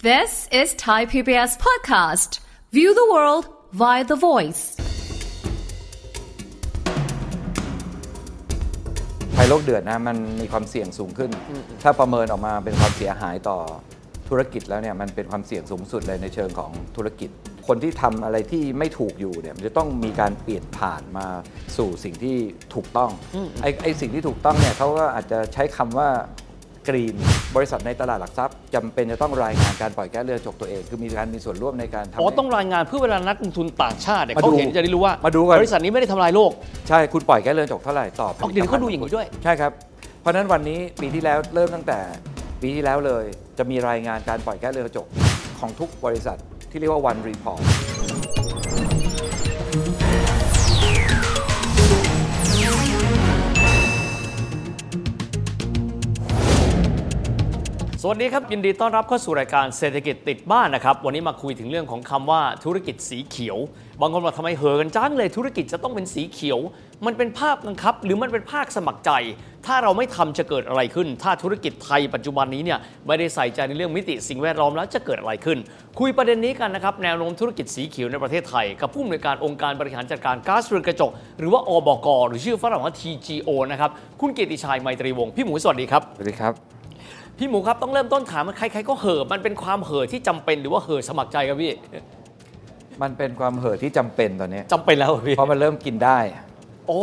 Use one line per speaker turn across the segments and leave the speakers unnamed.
This is Thai PBS podcast. View the world via the voice.
ภัยโลกเดือดนะมันมีความเสี่ยงสูงขึ้น ถ้าประเมินออกมาเป็นความเสียหายต่อธุรกิจแล้วเนี่ยมันเป็นความเสี่ยงสูงสุดเลยในเชิงของธุรกิจ คนที่ทำอะไรที่ไม่ถูกอยู่เนี่ยมันจะต้องมีการเปลี่ยนผ่านมาสู่สิ่งที่ถูกต้องไอ้ไอ้สิ่งที่ถูกต้องเนี่ยเขาก็อาจจะใช้คำว่ากรีนบริษัทในตลาดหลักทรัพย์จำเป็นจะต้องรายงานการปล่อยแก๊สเรือนกระจกตัวเอง คือมีการมีส่วนร่วมในการทำ
อ๋อ
ให้
ต้องรายงานเพื่อเวลานักลงทุนต่างชาติเนี่ย
มาดู
เขาเห็นจะได้รู้ว่า
มาดูก่อน
บริษัทนี้ไม่ได้ทำลายโลก
ใช่คุณปล่อยแก๊สเรือนกระจกเท่าไหร่ต่อผลิต
อ๋อเดี๋ยวนี้เขาดูอย่างนี้ด้วย
ใช่ครับ เพราะฉะนั้นวันนี้ปีที่แล้วเริ่มตั้งแต่ปีที่แล้วเลย จะมีรายงานการปล่อยแก๊สเรือนกระจกของทุกบริษัทที่เรียกว่า One Report
สวัสดีครับ ยินดีต้อนรับเข้าสู่รายการเศรษฐกิจติดบ้านนะครับ วันนี้มาคุยถึงเรื่องของคำว่าธุรกิจสีเขียว บางคนบอกทำไมเหอะกันจ้างเลยธุรกิจจะต้องเป็นสีเขียว มันเป็นภาพบังคับ หรือมันเป็นภาคสมัครใจ ถ้าเราไม่ทำจะเกิดอะไรขึ้น ถ้าธุรกิจไทยปัจจุบันนี้เนี่ยไม่ได้ใส่ใจในเรื่องมิติสิ่งแวดล้อมแล้วจะเกิดอะไรขึ้น คุยประเด็นนี้กันนะครับแนวโน้มธุรกิจสีเขียวในประเทศไทย กับผู้อำนวยการองค์การบริหารจัดการก๊าซเรือนกระจก หรือว่าอบก หรือชื่อฝรั่งว่า TGO นะครับคุณเกียรติชัยไมตรีวงศ์พี่หมูสวัสดีครับ
สวัสดีครับ
พี่หมูครับต้องเริ่มต้นถามมันใครๆก็เห่อะมันเป็นความเห่อะที่จำเป็นหรือว่าเห่อะสมัครใจครับพี่
มันเป็นความเห่อที่จำเป็นตอนนี้
จำเป็นแล้วพี่
เพราะมันเริ่มกินได้
โอ้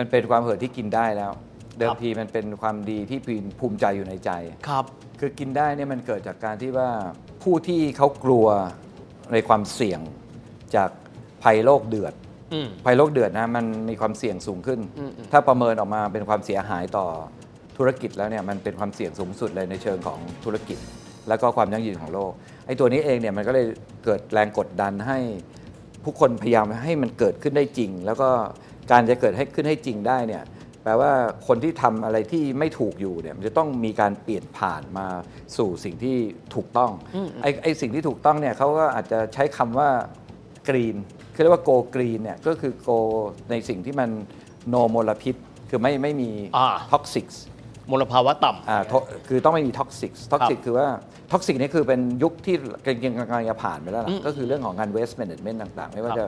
มันเป็นความเห่อที่กินได้แล้ว เดิ
ครั
ม
บ
ทีมันเป็นความดีที่ภูมิใจอยู่ในใจ
ครับ
คือกินได้เนี่ยมันเกิดจากการที่ว่าผู้ที่เขากลัวในความเสี่ยงจากภัยโลกเดือด
อืม
ภัยโลกเดือดนะมันมีความเสี่ยงสูงขึ้น
อืมอืม
ถ้าประเมินออกมาเป็นความเสียหายต่อธุรกิจแล้วเนี่ยมันเป็นความเสี่ยงสูงสุดเลยในเชิงของธุรกิจ แล้วก็ความยั่งยืนของโลกไอ้ตัวนี้เองเนี่ยมันก็เลยเกิดแรงกดดันให้ผู้คนพยายามให้มันเกิดขึ้นได้จริง แล้วก็การจะเกิดให้ขึ้นให้จริงได้เนี่ยแปลว่าคนที่ทำอะไรที่ไม่ถูกอยู่เนี่ยมันจะต้องมีการเปลี่ยนผ่านมาสู่สิ่งที่ถูกต้องไอ้ไอ้สิ่งที่ถูกต้องเนี่ยเขาก็อาจจะใช้คำว่า กรีนคือเรียกว่าโกกรีนเนี่ยก็คือโกในสิ่งที่มันโนมลพิษ คือไม่ไม่มี
อ่า
ท็อกซิก
มลภาวะต่ำ
คือต้องไม่มีท็อกซิกท็อกซิกคือว่าท็อกซิกนี่คือเป็นยุคที่กำลังกำลังจะผ่านไปแล้วล่ะก็คือเรื่องของการเวสต์แม a จเมนต์ต่าง ๆ ไม่ว่า
ครับ
จะ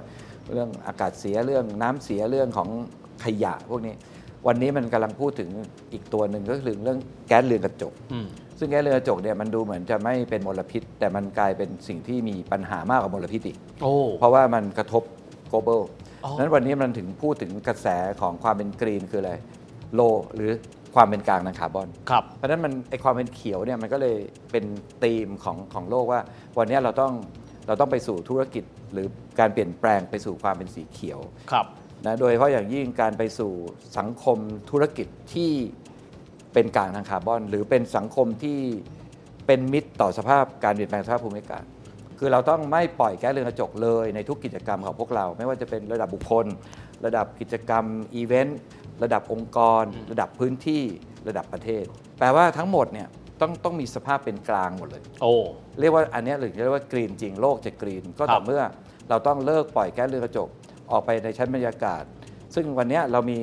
เรื่องอากาศเสียเรื่องน้ำเสียเรื่องของขยะพวกนี้ วันนี้มันกำลังพูดถึงอีกตัวหนึ่งก็คือเรื่องแก๊สเรือนกระจก
อืม
ซึ่งแก๊สเรือนกระจกเนี่ยมันดูเหมือนจะไม่เป็นมลพิษ แต่มันกลายเป็นสิ่งที่มีปัญหามากกว่ามลพิษอีก
โอ้
เพราะว่ามันกระทบ global
อ๋อ
นั้นวันนี้มันถึงพูดถึงกระแสของความเป็นกรีนคืออะไร โล หรือความเป็นกลางทางคาร์บอน
ครับ
เพราะฉะนั้นมันไอความเป็นเขียวเนี่ยมันก็เลยเป็นธีมของของโลกว่า วันนี้เราต้องเราต้องไปสู่ธุรกิจหรือการเปลี่ยนแปลงไปสู่ความเป็นสีเขียว
ครับ
นะโดยเฉพาะอย่างยิ่งการไปสู่สังคมธุรกิจที่เป็นกลางทางคาร์บอน หรือเป็นสังคมที่เป็นมิตรต่อสภาพการเปลี่ยนแปลงสภาพภูมิอากาศคือเราต้องไม่ปล่อยแก๊สเรือนกระจกเลยในทุกกิจกรรมของพวกเรา ไม่ว่าจะเป็นระดับบุคคล ระดับกิจกรรมอีเวนต์ระดับองค์กร ระดับพื้นที่ระดับประเทศ แปลว่าทั้งหมดเนี่ยต้องต้องมีสภาพเป็นกลางหมดเลย
โอ้
เรียกว่าอันเนี้ยหรือเรียกว่ากรีนจริงโลกจะกรีน ก็
ครั
ต่อบ เมื่อเราต้องเลิกปล่อยแก๊สเรือนกระจกออกไปในชั้นบรรยากาศ ซึ่งวันเนี้ยเรามี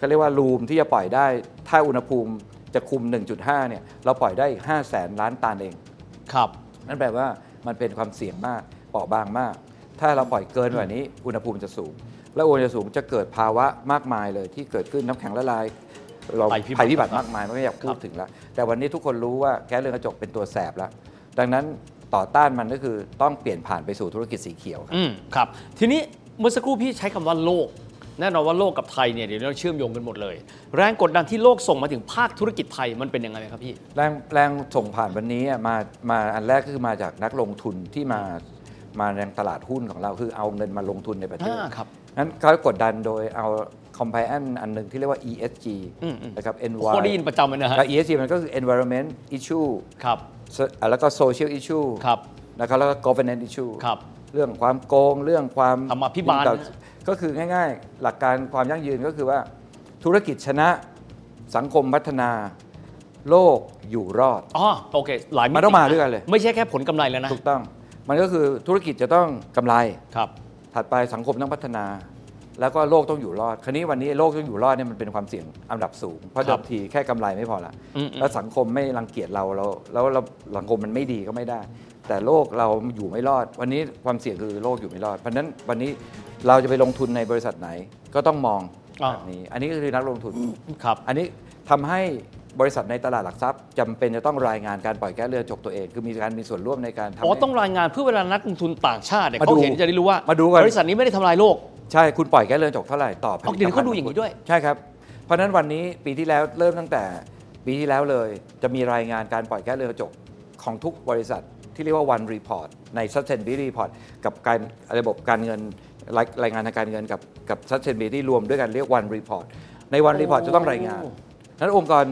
ก็เรียกว่ารูมที่จะปล่อยได้ ถ้าอุณหภูมิจะคุม 1.5 เนี่ย เราปล่อยได้อีก 5 0 0แสนล้านตันเอง
ครับ
นั่นแปลว่ามันเป็นความเสี่ยงมากเปราะบางมาก ถ้าเราปล่อยเกินกว่านี้ อุณหภูมิจะสูง และอุณหภูมิจะสูงจะเกิดภาวะมากมายเลยที่เกิดขึ้นน้ำแข็งละลาย เรา
ภัยพิบัติ
ภัยพิบัติมากมายไม่อยากพูดถึงแล้ว แต่วันนี้ทุกคนรู้ว่าแก๊สเรือนกระจกเป็นตัวแสบแล้ว ดังนั้นต่อต้านมันก็คือต้องเปลี่ยนผ่านไปสู่ธุรกิจสีเขียวครับ
อืมครับ ทีนี้เมื่อสักครู่พี่ใช้คำว่าโลก แน่นอนว่าโลกกับไทยเนี่ยเดี๋ยวนี้เราเชื่อมโยงกันหมดเลย แรงกดดันที่โลกส่งมาถึงภาคธุรกิจไทยมันเป็นยังไงครับพี่
แรงแรงส่งผ่านวันนี้อ่ะมามาอันแรกก็คือมาจากนักลงทุนที่มามาในตลาดหุ้นของเราคือเอาเงินมาลงทุนในประเทศ
อ่าครับ
นั้นเขากดดันโดยเอา compliance อันหนึ่งที่เรียกว่า ESG
อืมอืม
นะครับ
โค
NY
ไดีนประจำเลยนะฮะ
และ ESG มันก็คือ environment issue
ครับ
สอ่ะแล้วก็ social issue
ครับ
นะครับแล้วก็ governance issue
ครับ
เรื่องความโกง เรื่องความ
ธรรมาภิบาล
ต่อก็คือง่ายๆ หลักการความยั่งยืนก็คือว่าธุรกิจชนะสังคมพัฒนาโลกอยู่รอด
อ๋อโอเค หลายติ
มันต้องมาด้วยกันเลย
ไม่ใช่แค่ผลกำไรแล้วนะ
ถูกต้อง มันก็คือธุรกิจจะต้องกำไร
ครับ
ถัดไปสังคมต้องพัฒนา แล้วก็โลกต้องอยู่รอด คราวนี้วันนี้โลกต้องอยู่รอดเนี่ยมันเป็นความเสี่ยงอันดับสูง เพราะ
ครั
เดิ
บ
มทีแค่กำไรไม่พอละ
อืมๆ
แล้วสังคมไม่รังเกียจเราแล้วแล้วเราสังคมมันไม่ดีก็ไม่ได้ แต่โลกเราอยู่ไม่รอด วันนี้ความเสี่ยงคือโลกอยู่ไม่รอด เพราะฉะนั้นวันนี้เราจะไปลงทุนในบริษัทไหนก็ต้องมองแบบนี้ อันนี้ก็คือนักลงทุน
ครับ
อันนี้ทำให้บริษัทในตลาดหลักทรัพย์จำเป็นจะต้องรายงานการปล่อยแก้เลือดจกตัวเอง คือมีการมีส่วนร่วมในการทำ
อ๋อ
ให้
ต้องรายงานเพื่อเวลานักลงทุนต่างชาติเนี่ย
มา
เขา
ดู
เห็นจะได้รู้ว่า
มาดูก่อน
บริษัทนี้ไม่ได้ทำลายโลก
ใช่ คุณปล่อยแก้เลือดจกเท่าไหร่ต่อผลิต
อ๋อเดี๋ยวนี้เขาดูอย่างนี้ด้วย
ใช่ครับ เพราะฉะนั้นวันนี้ปีที่แล้วเริ่มตั้งแต่ปีที่แล้วเลย จะมีรายงานการปล่อยแก้เลือดจกของทุกบริษัทที่เรียกว่า one report ใน sustainability report กับการระบบการเงินรายรายงานทางการเงินกับกับ sustainability รวมด้วยกันเรียก one report ใน one report จะต้องรายงานนั้นองค์กร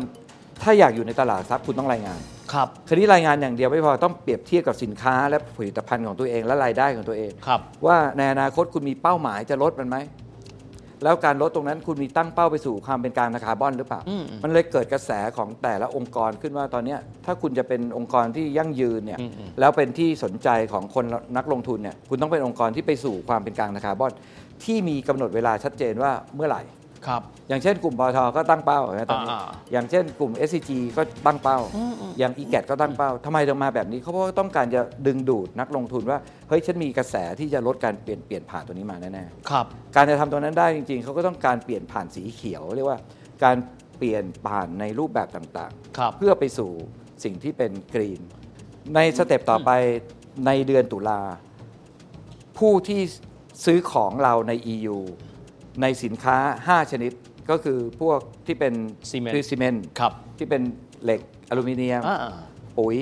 ถ้าอยากอยู่ในตลาดหลักทรัพย์คุณต้องรายงาน
ครับ
คราวนี้รายงานอย่างเดียวไม่พอต้องเปรียบเทียบกับสินค้าและผลิตภัณฑ์ของตัวเองและรายได้ของตัวเอง
ครับ
ว่าในอนาคตคุณมีเป้าหมายจะลดมันไหม แล้วการลดตรงนั้นคุณมีตั้งเป้าไปสู่ความเป็นกลางทางคาร์บอนหรือเปล่า
อืม
มันเลยเกิดกระแสของแต่ละองค์กรขึ้นว่าตอนเนี้ยถ้าคุณจะเป็นองค์กรที่ยั่งยืนเนี่ย
อืมอืม
แล้วเป็นที่สนใจของคนนักลงทุนเนี่ยคุณต้องเป็นองค์กรที่ไปสู่ความเป็นกลางทางคาร์บอน ที่มีกำหนดเวลาชัดเจนว่าเมื่อไหร่
ครับ
อย่างเช่นกลุ่มปตทก็ตั้งเป้าเห็นไหมตอนนี้
อ่า
อย่างเช่นกลุ่ม SCG ก็ตั้งเป้า อย่าง e g a t ก็ตั้งเป้าทำไมถึงมาแบบนี้เขาเพราะว่าต้องการจะดึงดูดนักลงทุนว่าเฮ้ยฉันมีกระแสที่จะลดการเปลี่ยนเปลี่ยนผ่านตัวนี้มาแน่
ครับ
ๆการจะทำตัวนั้นได้จริงๆ เขาก็ต้องการเปลี่ยนผ่านสีเขียวเรียกว่าการเปลี่ยนผ่านในรูปแบบต่าง
ครับ
ๆ เพื่อไปสู่สิ่งที่เป็นกรีน ในสเต็ปต่อไปในเดือนตุลา ผู้ที่ซื้อของเราใน EU ในสินค้า 5 ชนิดก็คือพวกที่เป็น
ซีเมนต์
ซีเมนต์
ครับ
ที่เป็นเหล็กอลูมิเนียม
อ่า
ปุ๋ย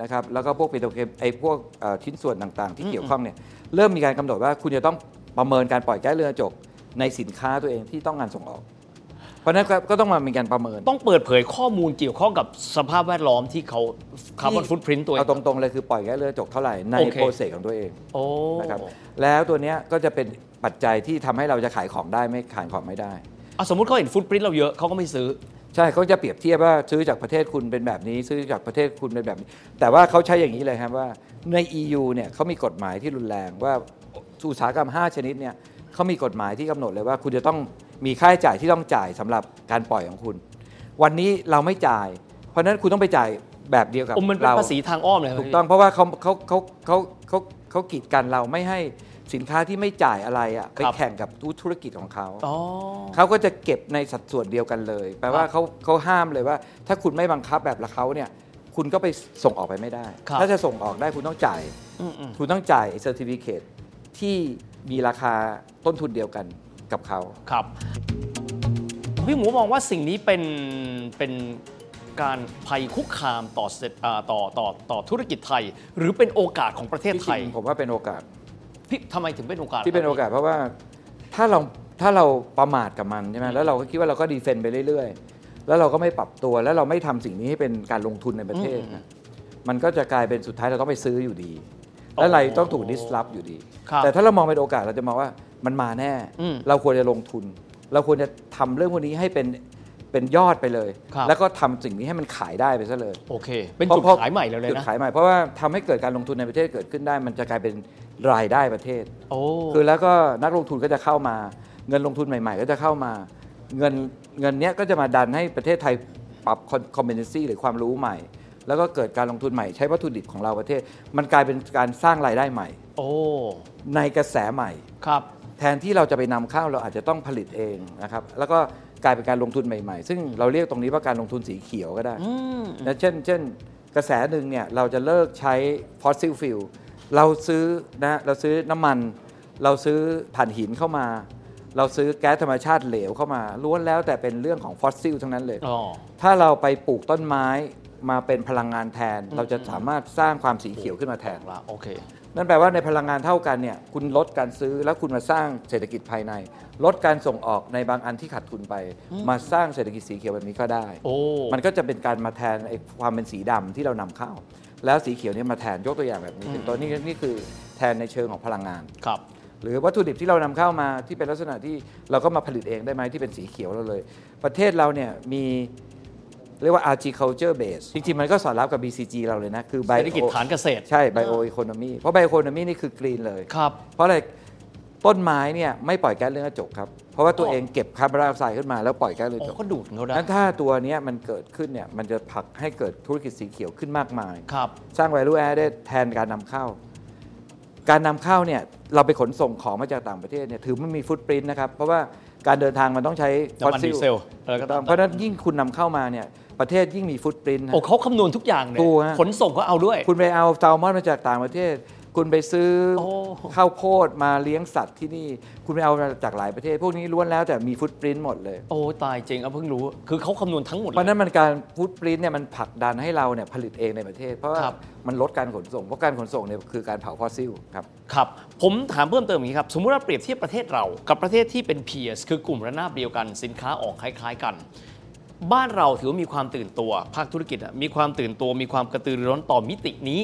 นะครับแล้วก็พวกปิโตรเคมไอ้พวกเอ่อชิ้นส่วนต่างๆ ที่เกี่ยวข้องเนี่ยเริ่มมีการกำหนดว่าคุณจะต้องประเมินการปล่อยแก๊สเรือนกระจกในสินค้าตัวเองที่ต้องการส่งออก เพราะฉะนั้นก็ก็ต้องมามีการประเมิน
ต้องเปิดเผยข้อมูลเกี่ยวข้องกับสภาพแวดล้อมที่เขาคาร์บอนฟุตพิ้นตัวเอง
เอาตรงๆเลยคือปล่อยแก๊สเรือนกระจกเท่าไหร่ใน
โอเค
โปรเซสของตัวเอง
โอ้
นะครับแล้วตัวเนี้ยก็จะเป็นปัจจัยที่ทำให้เราจะขายของได้ไม่ขายของไม่ได้
อ่ะสมมติเขาเห็นฟุตปริ้นเราเยอะเขาก็ไม่ซื้อ
ใช่เขาจะเปรียบเทียบว่าซื้อจากประเทศคุณเป็นแบบนี้ ซื้อจากประเทศคุณเป็นแบบนี้ แต่ว่าเขาใช้อย่างนี้เลยครับว่าใน EU เนี่ยเขามีกฎหมายที่รุนแรงว่าอุตสาหกรรม 5 ชนิดเนี่ยเขามีกฎหมายที่กำหนดเลยว่า คุณจะต้องมีค่าใช้จ่ายที่ต้องจ่ายสำหรับการปล่อยของคุณ วันนี้เราไม่จ่าย เพราะฉะนั้นคุณต้องไปจ่ายแบบเดียวกับ
อมมันเป็น
เรา
ภาษีทางอ้อมเลยครับ
ถูกต้องเพราะว่าเขาเขาเขาเขาเขาเขากีดกันเราไม่ให้สินค้าที่ไม่จ่ายอะไรอ่ะไปแข่งกับธุธุรกิจของเขา
อ๋อ
เขาก็จะเก็บในสัดส่วนเดียวกันเลย แปลว่า
ครับ
เขาเขาห้ามเลยว่า ถ้าคุณไม่บังคับแบบละเขาเนี่ยคุณก็ไปส่งออกไปไม่ได้
ครับ
ถ้าจะส่งออกได้คุณต้องจ่าย
อืมอืม
คุณต้องจ่ายเซอร์ติฟิเคตที่มีราคาต้นทุนเดียวกันกับเขา
ครับ พี่หมูมองว่าสิ่งนี้เป็นเป็นการภัยคุกคามต่อเศรษฐอ่าต่อต่อต่อธุรกิจไทย หรือเป็นโอกาสของประเทศ
ที่
ไท
จริ
ย
งผมว่าเป็นโอกาส
พี่ทำไมถึงเป็นโอกาส
ที่เป็นโอกาสเพราะว่าถ้าเราถ้าเราประมาทกับมันใช่ไหมแล้วเราก็คิดว่าเราก็ดีเฟนต์ไปเรื่อยๆ แล้วเราก็ไม่ปรับตัวแล้วเราไม่ทำสิ่งนี้ให้เป็นการลงทุนในประเทศนะมันก็จะกลายเป็นสุดท้ายเราต้องไปซื้ออยู่ดี และอะไรต้องถูกดิสลอฟอยู่ดี
ครับ
แต่ถ้าเรามองเป็นโอกาสเราจะมองว่ามันมาแน่
อืม
เราควรจะลงทุน เราควรจะทำเรื่องพวกนี้ให้เป็นเป็นยอดไปเลย
ครับ
แล้วก็ทำสิ่งนี้ให้มันขายได้ไปซะเลย
โอเค เป็นจุด
เพราะ
ขายใหม่แล้วเลย
จุด
นะ
ขายใหม่เพราะว่าทำให้เกิดการลงทุนในประเทศเกิดขึ้นได้ มันจะกลายเป็นรายได้ประเทศ
โอ้
คือแล้วก็นักลงทุนก็จะเข้ามา เงินลงทุนใหม่ ๆ ก็จะเข้ามา เงินเงินเนี้ยก็จะมาดันให้ประเทศไทยปรับคอมเ e นซีหรือความรู้ใหม่ แล้วก็เกิดการลงทุนใหม่ใช้วัตถุดิบของเราประเทศ มันกลายเป็นการสร้างรายได้ใหม่
โอ้
ในกระแสใหม่
ครับ
แทนที่เราจะไปนำเข้าเราอาจจะต้องผลิตเองนะครับแล้วก็กลายเป็นการลงทุนใหม่ๆ ซึ่งเราเรียกตรงนี้ว่าการลงทุนสีเขียวก็ได้
อืม
นะเช่นเช่นกระแสหนึ่งเนี่ยเราจะเลิกใช้ฟอสซิลฟิลเราซื้อนะเราซื้อน้ำมัน เราซื้อผ่านหินเข้ามา เราซื้อแก๊สธรรมชาติเหลวเข้ามาล้วนแล้วแต่เป็นเรื่องของฟอสซิลทั้งนั้นเลย
อ๋อ
ถ้าเราไปปลูกต้นไม้มาเป็นพลังงานแทน เราจะสามารถสร้างความสีเขียวขึ้นมาแทน
ละโอเค
นั่นแปลว่าในพลังงานเท่ากันเนี่ยคุณลดการซื้อแล้วคุณมาสร้างเศรษฐกิจภายใน ลดการส่งออกในบางอันที่ขาดทุนไป มาสร้างเศรษฐกิจสีเขียวแบบนี้ก็ได้
โอ้
มันก็จะเป็นการมาแทนไอ้ความเป็นสีดำที่เรานำเข้า แล้วสีเขียวเนี่ยมาแทนยกตัวอย่างแบบนี้เป็นตัวนี้นี่คือแทนในเชิงของพลังงาน
ครับ
หรือวัตถุดิบที่เรานำเข้ามาที่เป็นลักษณะที่เราก็มาผลิตเองได้ไหมที่เป็นสีเขียวเราเลย ประเทศเราเนี่ยมีเรียกว่า agriculture base จริงๆ มันก็สอดรับกับ BCG เราเลยนะ คือ bio
เศรษฐกิจฐานเกษตร
ใช่ bio economy เพราะ bio economy นี่คือ green เลย
ครับ
เพราะอะไร ต้นไม้เนี่ยไม่ปล่อยแก๊สเรือนกระจกครับ เพราะว่าตัวเองเก็บคาร์บอนไดออกไซด์ขึ้นมาแล้วปล่อยแก๊สเรือนกระ
โอ้
จก
ก็ดูดเขาได้
นั้นถ้าตัวเนี้ยมันเกิดขึ้นเนี่ยมันจะผลักให้เกิดธุรกิจสีเขียวขึ้นมากมาย
ครับ
สร้าง value added แทนการนำเข้า การนำเข้าเนี่ยเราไปขนส่งของมาจากต่างประเทศเนี่ยถือไม่มีฟุตปรินต์นะครับ เพราะว่าการเดินทางมันต้องใช้ฟอส
น้ำมัน
ซิ
ดี
ล
เซลแล้วก็
ถูกต้องเพราะฉะนั้นยิ่งคุณนำเข้ามาเนี่ยประเทศยิ่งมีฟุตปรินต์
โอ้เขาคำนวณทุกอย่างเลย
ถูกฮะ
ขนส่งก็เอาด้วย
คุณไปเอาแซลมอนมาจากต่างประเทศ คุณไปซื้อ
โอ้
ข้าวโพดมาเลี้ยงสัตว์ที่นี่ คุณไปเอามาจากหลายประเทศ พวกนี้ล้วนแล้วแต่มีฟุตปรินต์หมดเลย
โอ้ตายจริงเอาเพิ่งรู้ คือเขาคำนวณทั้งหมด
เพ
เล
ราะฉะ
ย
นั้นมันการฟุตปรินต์เนี่ยมันผลักดันให้เราเนี่ยผลิตเองในประเทศ เพราะว่า
ครับ
มันลดการขนส่งเพราะการขนส่งเนี่ยคือการเผาฟอสซิลครับ
ครับ ผมถามเพิ่มเติมอย่างนี้ครับ สมมุติว่าเปรียบเทียบประเทศเรา กับประเทศที่เป็น peers คือกลุ่มระนาบเดียวกันสินค้าออกคล้าย ๆ กัน บ้านเราถือว่ามีความตื่นตัว ภาคธุรกิจอะมีความตื่นตัว มีความกระตือรือร้นต่อมิตินี้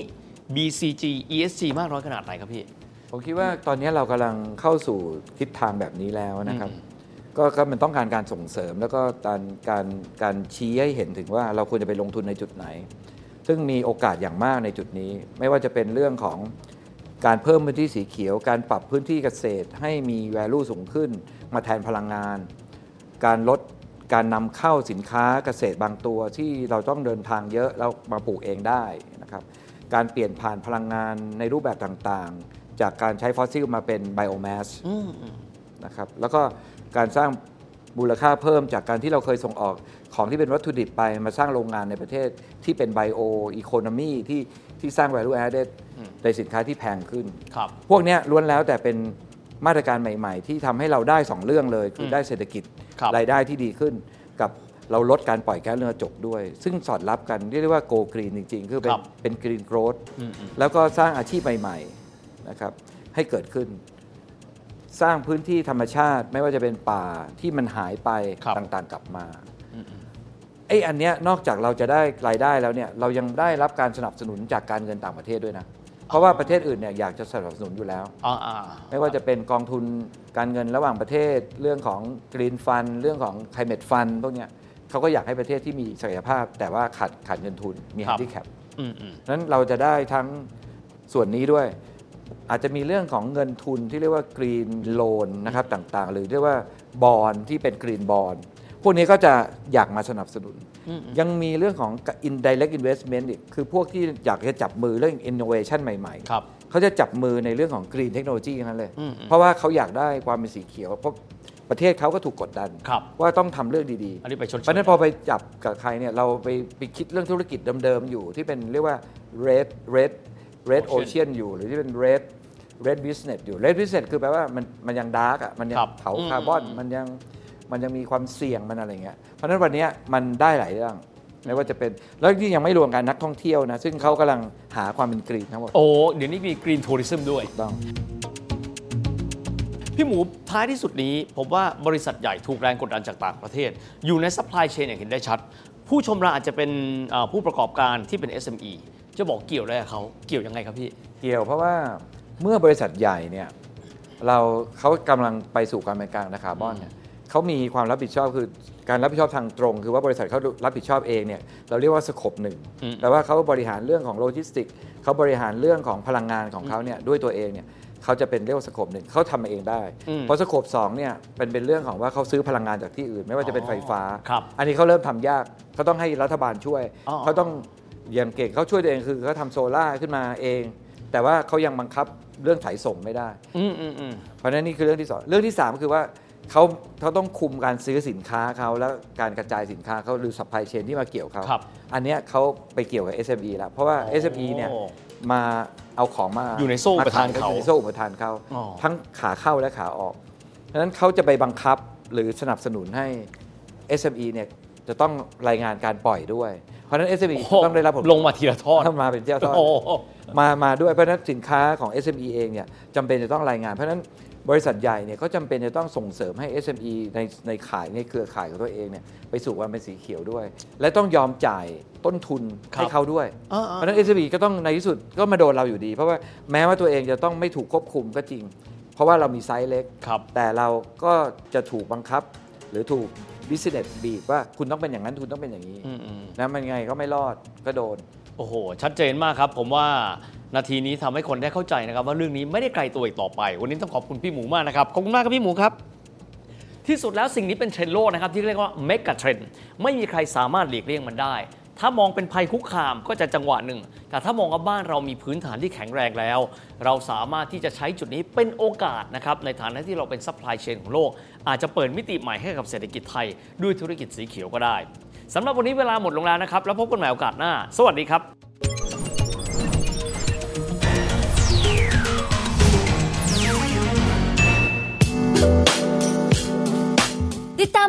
BCG ESG มากน้อยขนาดไหนครับพี่
ผมคิดว่าตอนนี้เรากำลังเข้าสู่ทิศทางแบบนี้แล้วนะครับก็ก็มันต้องการการส่งเสริม แล้วก็การการการชี้ให้เห็นถึงว่าเราควรจะไปลงทุนในจุดไหน ซึ่งมีโอกาสอย่างมากในจุดนี้ ไม่ว่าจะเป็นเรื่องของการเพิ่มพื้นที่สีเขียว การปรับพื้นที่เกษตรให้มี value สูงขึ้น มาแทนพลังงาน การลดการนำเข้าสินค้าเกษตรบางตัวที่เราต้องเดินทางเยอะแล้วมาปลูกเองได้นะครับการเปลี่ยนผ่านพลังงานในรูปแบบต่างๆ จากการใช้ฟอสซิลมาเป็นไบโอแมส
อืม
นะครับแล้วก็การสร้างมูลค่าเพิ่มจากการที่เราเคยส่งออกของที่เป็นวัตถุดิบไปมาสร้างโรงงานในประเทศที่เป็นไบโออีโคโนมีที่ที่สร้าง value added
อืม
ในสินค้าที่แพงขึ้น
ครับ
พวกเนี้ยล้วนแล้วแต่เป็นมาตรการใหม่ ๆ ที่ทำให้เราได้สองเรื่องเลย คือ
ม
ได้เศรษฐกิจ
ครับ
ยได้ที่ดีขึ้น กับเราลดการปล่อยแก๊สเรือนกระจกด้วย ซึ่งสอดรับกันเรียกได้ว่าโกกรีนจริง ๆ คือเป็
คน รับ
เป็นกรีนโกรด
อืม
แล้วก็สร้างอาชีพใหม่ๆนะครับให้เกิดขึ้น สร้างพื้นที่ธรรมชาติ ไม่ว่าจะเป็นป่าที่มันหายไป
ครับ
ต่างๆ กลับมาไอ้อันเนี้ยนอกจากเราจะได้รายได้แล้วเนี่ยเรายังได้รับการสนับสนุนจากการเงินต่างประเทศด้วยนะเพราะว่าประเทศอื่นเนี่ยอยากจะสนับสนุนอยู่แล้ว
อ่าอ่า
ไม่ว่าจะเป็นกองทุนการเงินระหว่างประเทศ เรื่องของ Green Fund เรื่องของ Climate Fund พวกเนี้ยเขาก็อยากให้ประเทศที่มีศักยภาพ แต่ว่าขาดขาดเงินทุนมี handicap
อืมอืม
นั้นเราจะได้ทั้งส่วนนี้ด้วย อาจจะมีเรื่องของเงินทุนที่เรียกว่า Green Loan นะครับต่างๆ หรือเรียกว่าบอลที่เป็น Green Bond พวกนี้ก็จะอยากมาสนับสนุน ยังมีเรื่องของ indirect investment อีกคือพวกที่อยากจะจับมือเรื่อง innovation ใหม่ๆ
ครับ
เขาจะจับมือในเรื่องของกรีนเทคโนโลยีนั้นเลย
อืม
เพราะว่าเขาอยากได้ความเป็นสีเขียว เพราะประเทศเขาก็ถูกกดดัน
ครับ
ว่าต้องทำเรื่องดี
อันนี้ไปชด
ๆเพ
เชย
ราะฉะนั้นพอไปจับกับใครเนี่ยเราไปไปคิดเรื่องธุรกิจเดิมๆ อยู่ที่เป็นเรียกว่า red red red
Ocean
ocean อยู่ หรือที่เป็น red red business อยู่ red business คือแปลว่ามันมันยังดาร์กอ่ะมันยัง
ครับ
เผา
อืม
คาร์บอน
อืม
มันยังมันยังมีความเสี่ยงมันอะไรเงี้ยเพราะฉะนั้นวันเนี้ยมันได้หลายเรื่องไม่ว่าจะเป็นแล้วที่ยังไม่รวมการนักท่องเที่ยวนะซึ่งเขากำลังหาความเป็นกรีนทั้งหมด
โอ้เดี๋ยวนี้มี green tourism ด้วย
ต้อง
พี่หมูท้ายที่สุดนี้ผมว่าบริษัทใหญ่ถูกแรงกดดันจากต่างประเทศ อยู่ในซัพพลายเชนอย่างเห็นได้ชัด ผู้ชมเราอาจจะเป็นเอ่อผู้ประกอบการที่เป็น SME จะบอกเกี่ยวอะไรกับเขาเกี่ยวยังไงครับพี่
เกี่ยวเพราะว่าเมื่อบริษัทใหญ่เนี่ยเราเขากำลังไปสู่การเป็นกลางนะคาร์บอนเนี่ยเขามีความรับผิดชอบคือการรับผิดชอบทางตรง คือว่าบริษัทเขารับผิดชอบเองเนี่ยเราเรียกว่าสกบหนึ่ง
อืม
แต่ว่าเขาบริหารเรื่องของโลจิสติกส์เขาบริหารเรื่องของพลังงานของเขาเนี่ยด้วยตัวเองเนี่ยเขาจะเป็นเรียกว่าสกบหนึ่งเขาทำเองได้เพราะสกบสองเนี่ยเป็นเป็นเรื่องของว่าเขาซื้อพลังงานจากที่อื่น ไม่ว่าจะเป็นไฟฟ้า
ครับ
อันนี้เขาเริ่มทำยากเขาต้องให้รัฐบาลช่วย
อ๋อ
เขาต้องอย่างเก่งเขาช่วยตัวเองคือเขาทำโซล่าร์ขึ้นมาเอง แต่ว่าเขายังบังคับเรื่องสายส่งไม่ได้
อืมอืมอืม
เพราะฉะนั้นนี่คือเรื่องที่สองเรื่องที่สามคือว่าเขาเขาต้องคุมการซื้อสินค้าเขาแล้วการกระจายสินค้าเขาหรือสัพพลายเชนที่มาเกี่ยวเขา
ครับ
อันเนี้ยเขาไปเกี่ยวกับ SME แล้วเพราะว่า
โอ้
SME เนี่ยมาเอาของมา
อยู่ในโซ่อุปทานเขา
มยอยู่ในโซ่อุปทานเขา
อ๋อ
ทั้งขาเข้าและขาออกเพราะฉะนั้นเขาจะไปบังคับหรือสนับสนุนให้ SME เนี่ยจะต้องรายงานการปล่อยด้วย เพราะฉะนั้น SME ต้องได้รับผล
ลงมาทีละทอด
ถ้ามาเป็นเจ้าทอด
โอ้โห
มามาด้วยเพราะฉะนั้นสินค้าของ SME เองเนี่ยจำเป็นจะต้องรายงาน เพราะฉะนั้นบริษัทใหญ่เนี่ยเขาจำเป็นจะต้องส่งเสริมให้ SME ในในขายในเครือข่ายของตัวเองเนี่ยไปสู่ความเป็นสีเขียวด้วย และต้องยอมจ่ายต้นทุน
ครับ
ให้เขาด้วย
อ่า
เพ
ๆ
ราะฉะนั้น SME ก็ต้องในที่สุดก็มาโดนเราอยู่ดี เพราะว่าแม้ว่าตัวเองจะต้องไม่ถูกควบคุมก็จริง เพราะว่าเรามีไซส์เล็ก
ครับ
แต่เราก็จะถูกบังคับ หรือถูก business บีบว่าคุณต้องเป็นอย่างนั้นคุณต้องเป็นอย่างนี้
อืมอืม
นะมันยังไงก็ไม่รอดก็โดน
โอ้โห ชัดเจนมากครับ ผมว่านาทีนี้ทำให้คนได้เข้าใจนะครับ ว่าเรื่องนี้ไม่ได้ไกลตัวอีกต่อไป วันนี้ต้องขอบคุณพี่หมูมากนะครับ ขอบคุณมากครับพี่หมูครับ ที่สุดแล้วสิ่งนี้เป็นเทรนด์โลกนะครับ ที่เรียกว่าเมกะเทรนด์ไม่มีใครสามารถหลีกเลี่ยงมันได้ ถ้ามองเป็นภัยคุกคามก็จะจังหวะหนึ่ง แต่ถ้ามองว่าบ้านเรามีพื้นฐานที่แข็งแรงแล้ว เราสามารถที่จะใช้จุดนี้เป็นโอกาสนะครับ ในฐานะที่เราเป็นซัพพลายเชนของโลก อาจจะเปิดมิติใหม่ให้กับเศรษฐกิจไทย ด้วยธุรกิจสีเขียวก็ได้สำหรับวันนี้เวลาหมดลงแล้วนะครับ แล้วพบกันใหม่โอกาสหน้า สวัสดีครับ
ติดตาม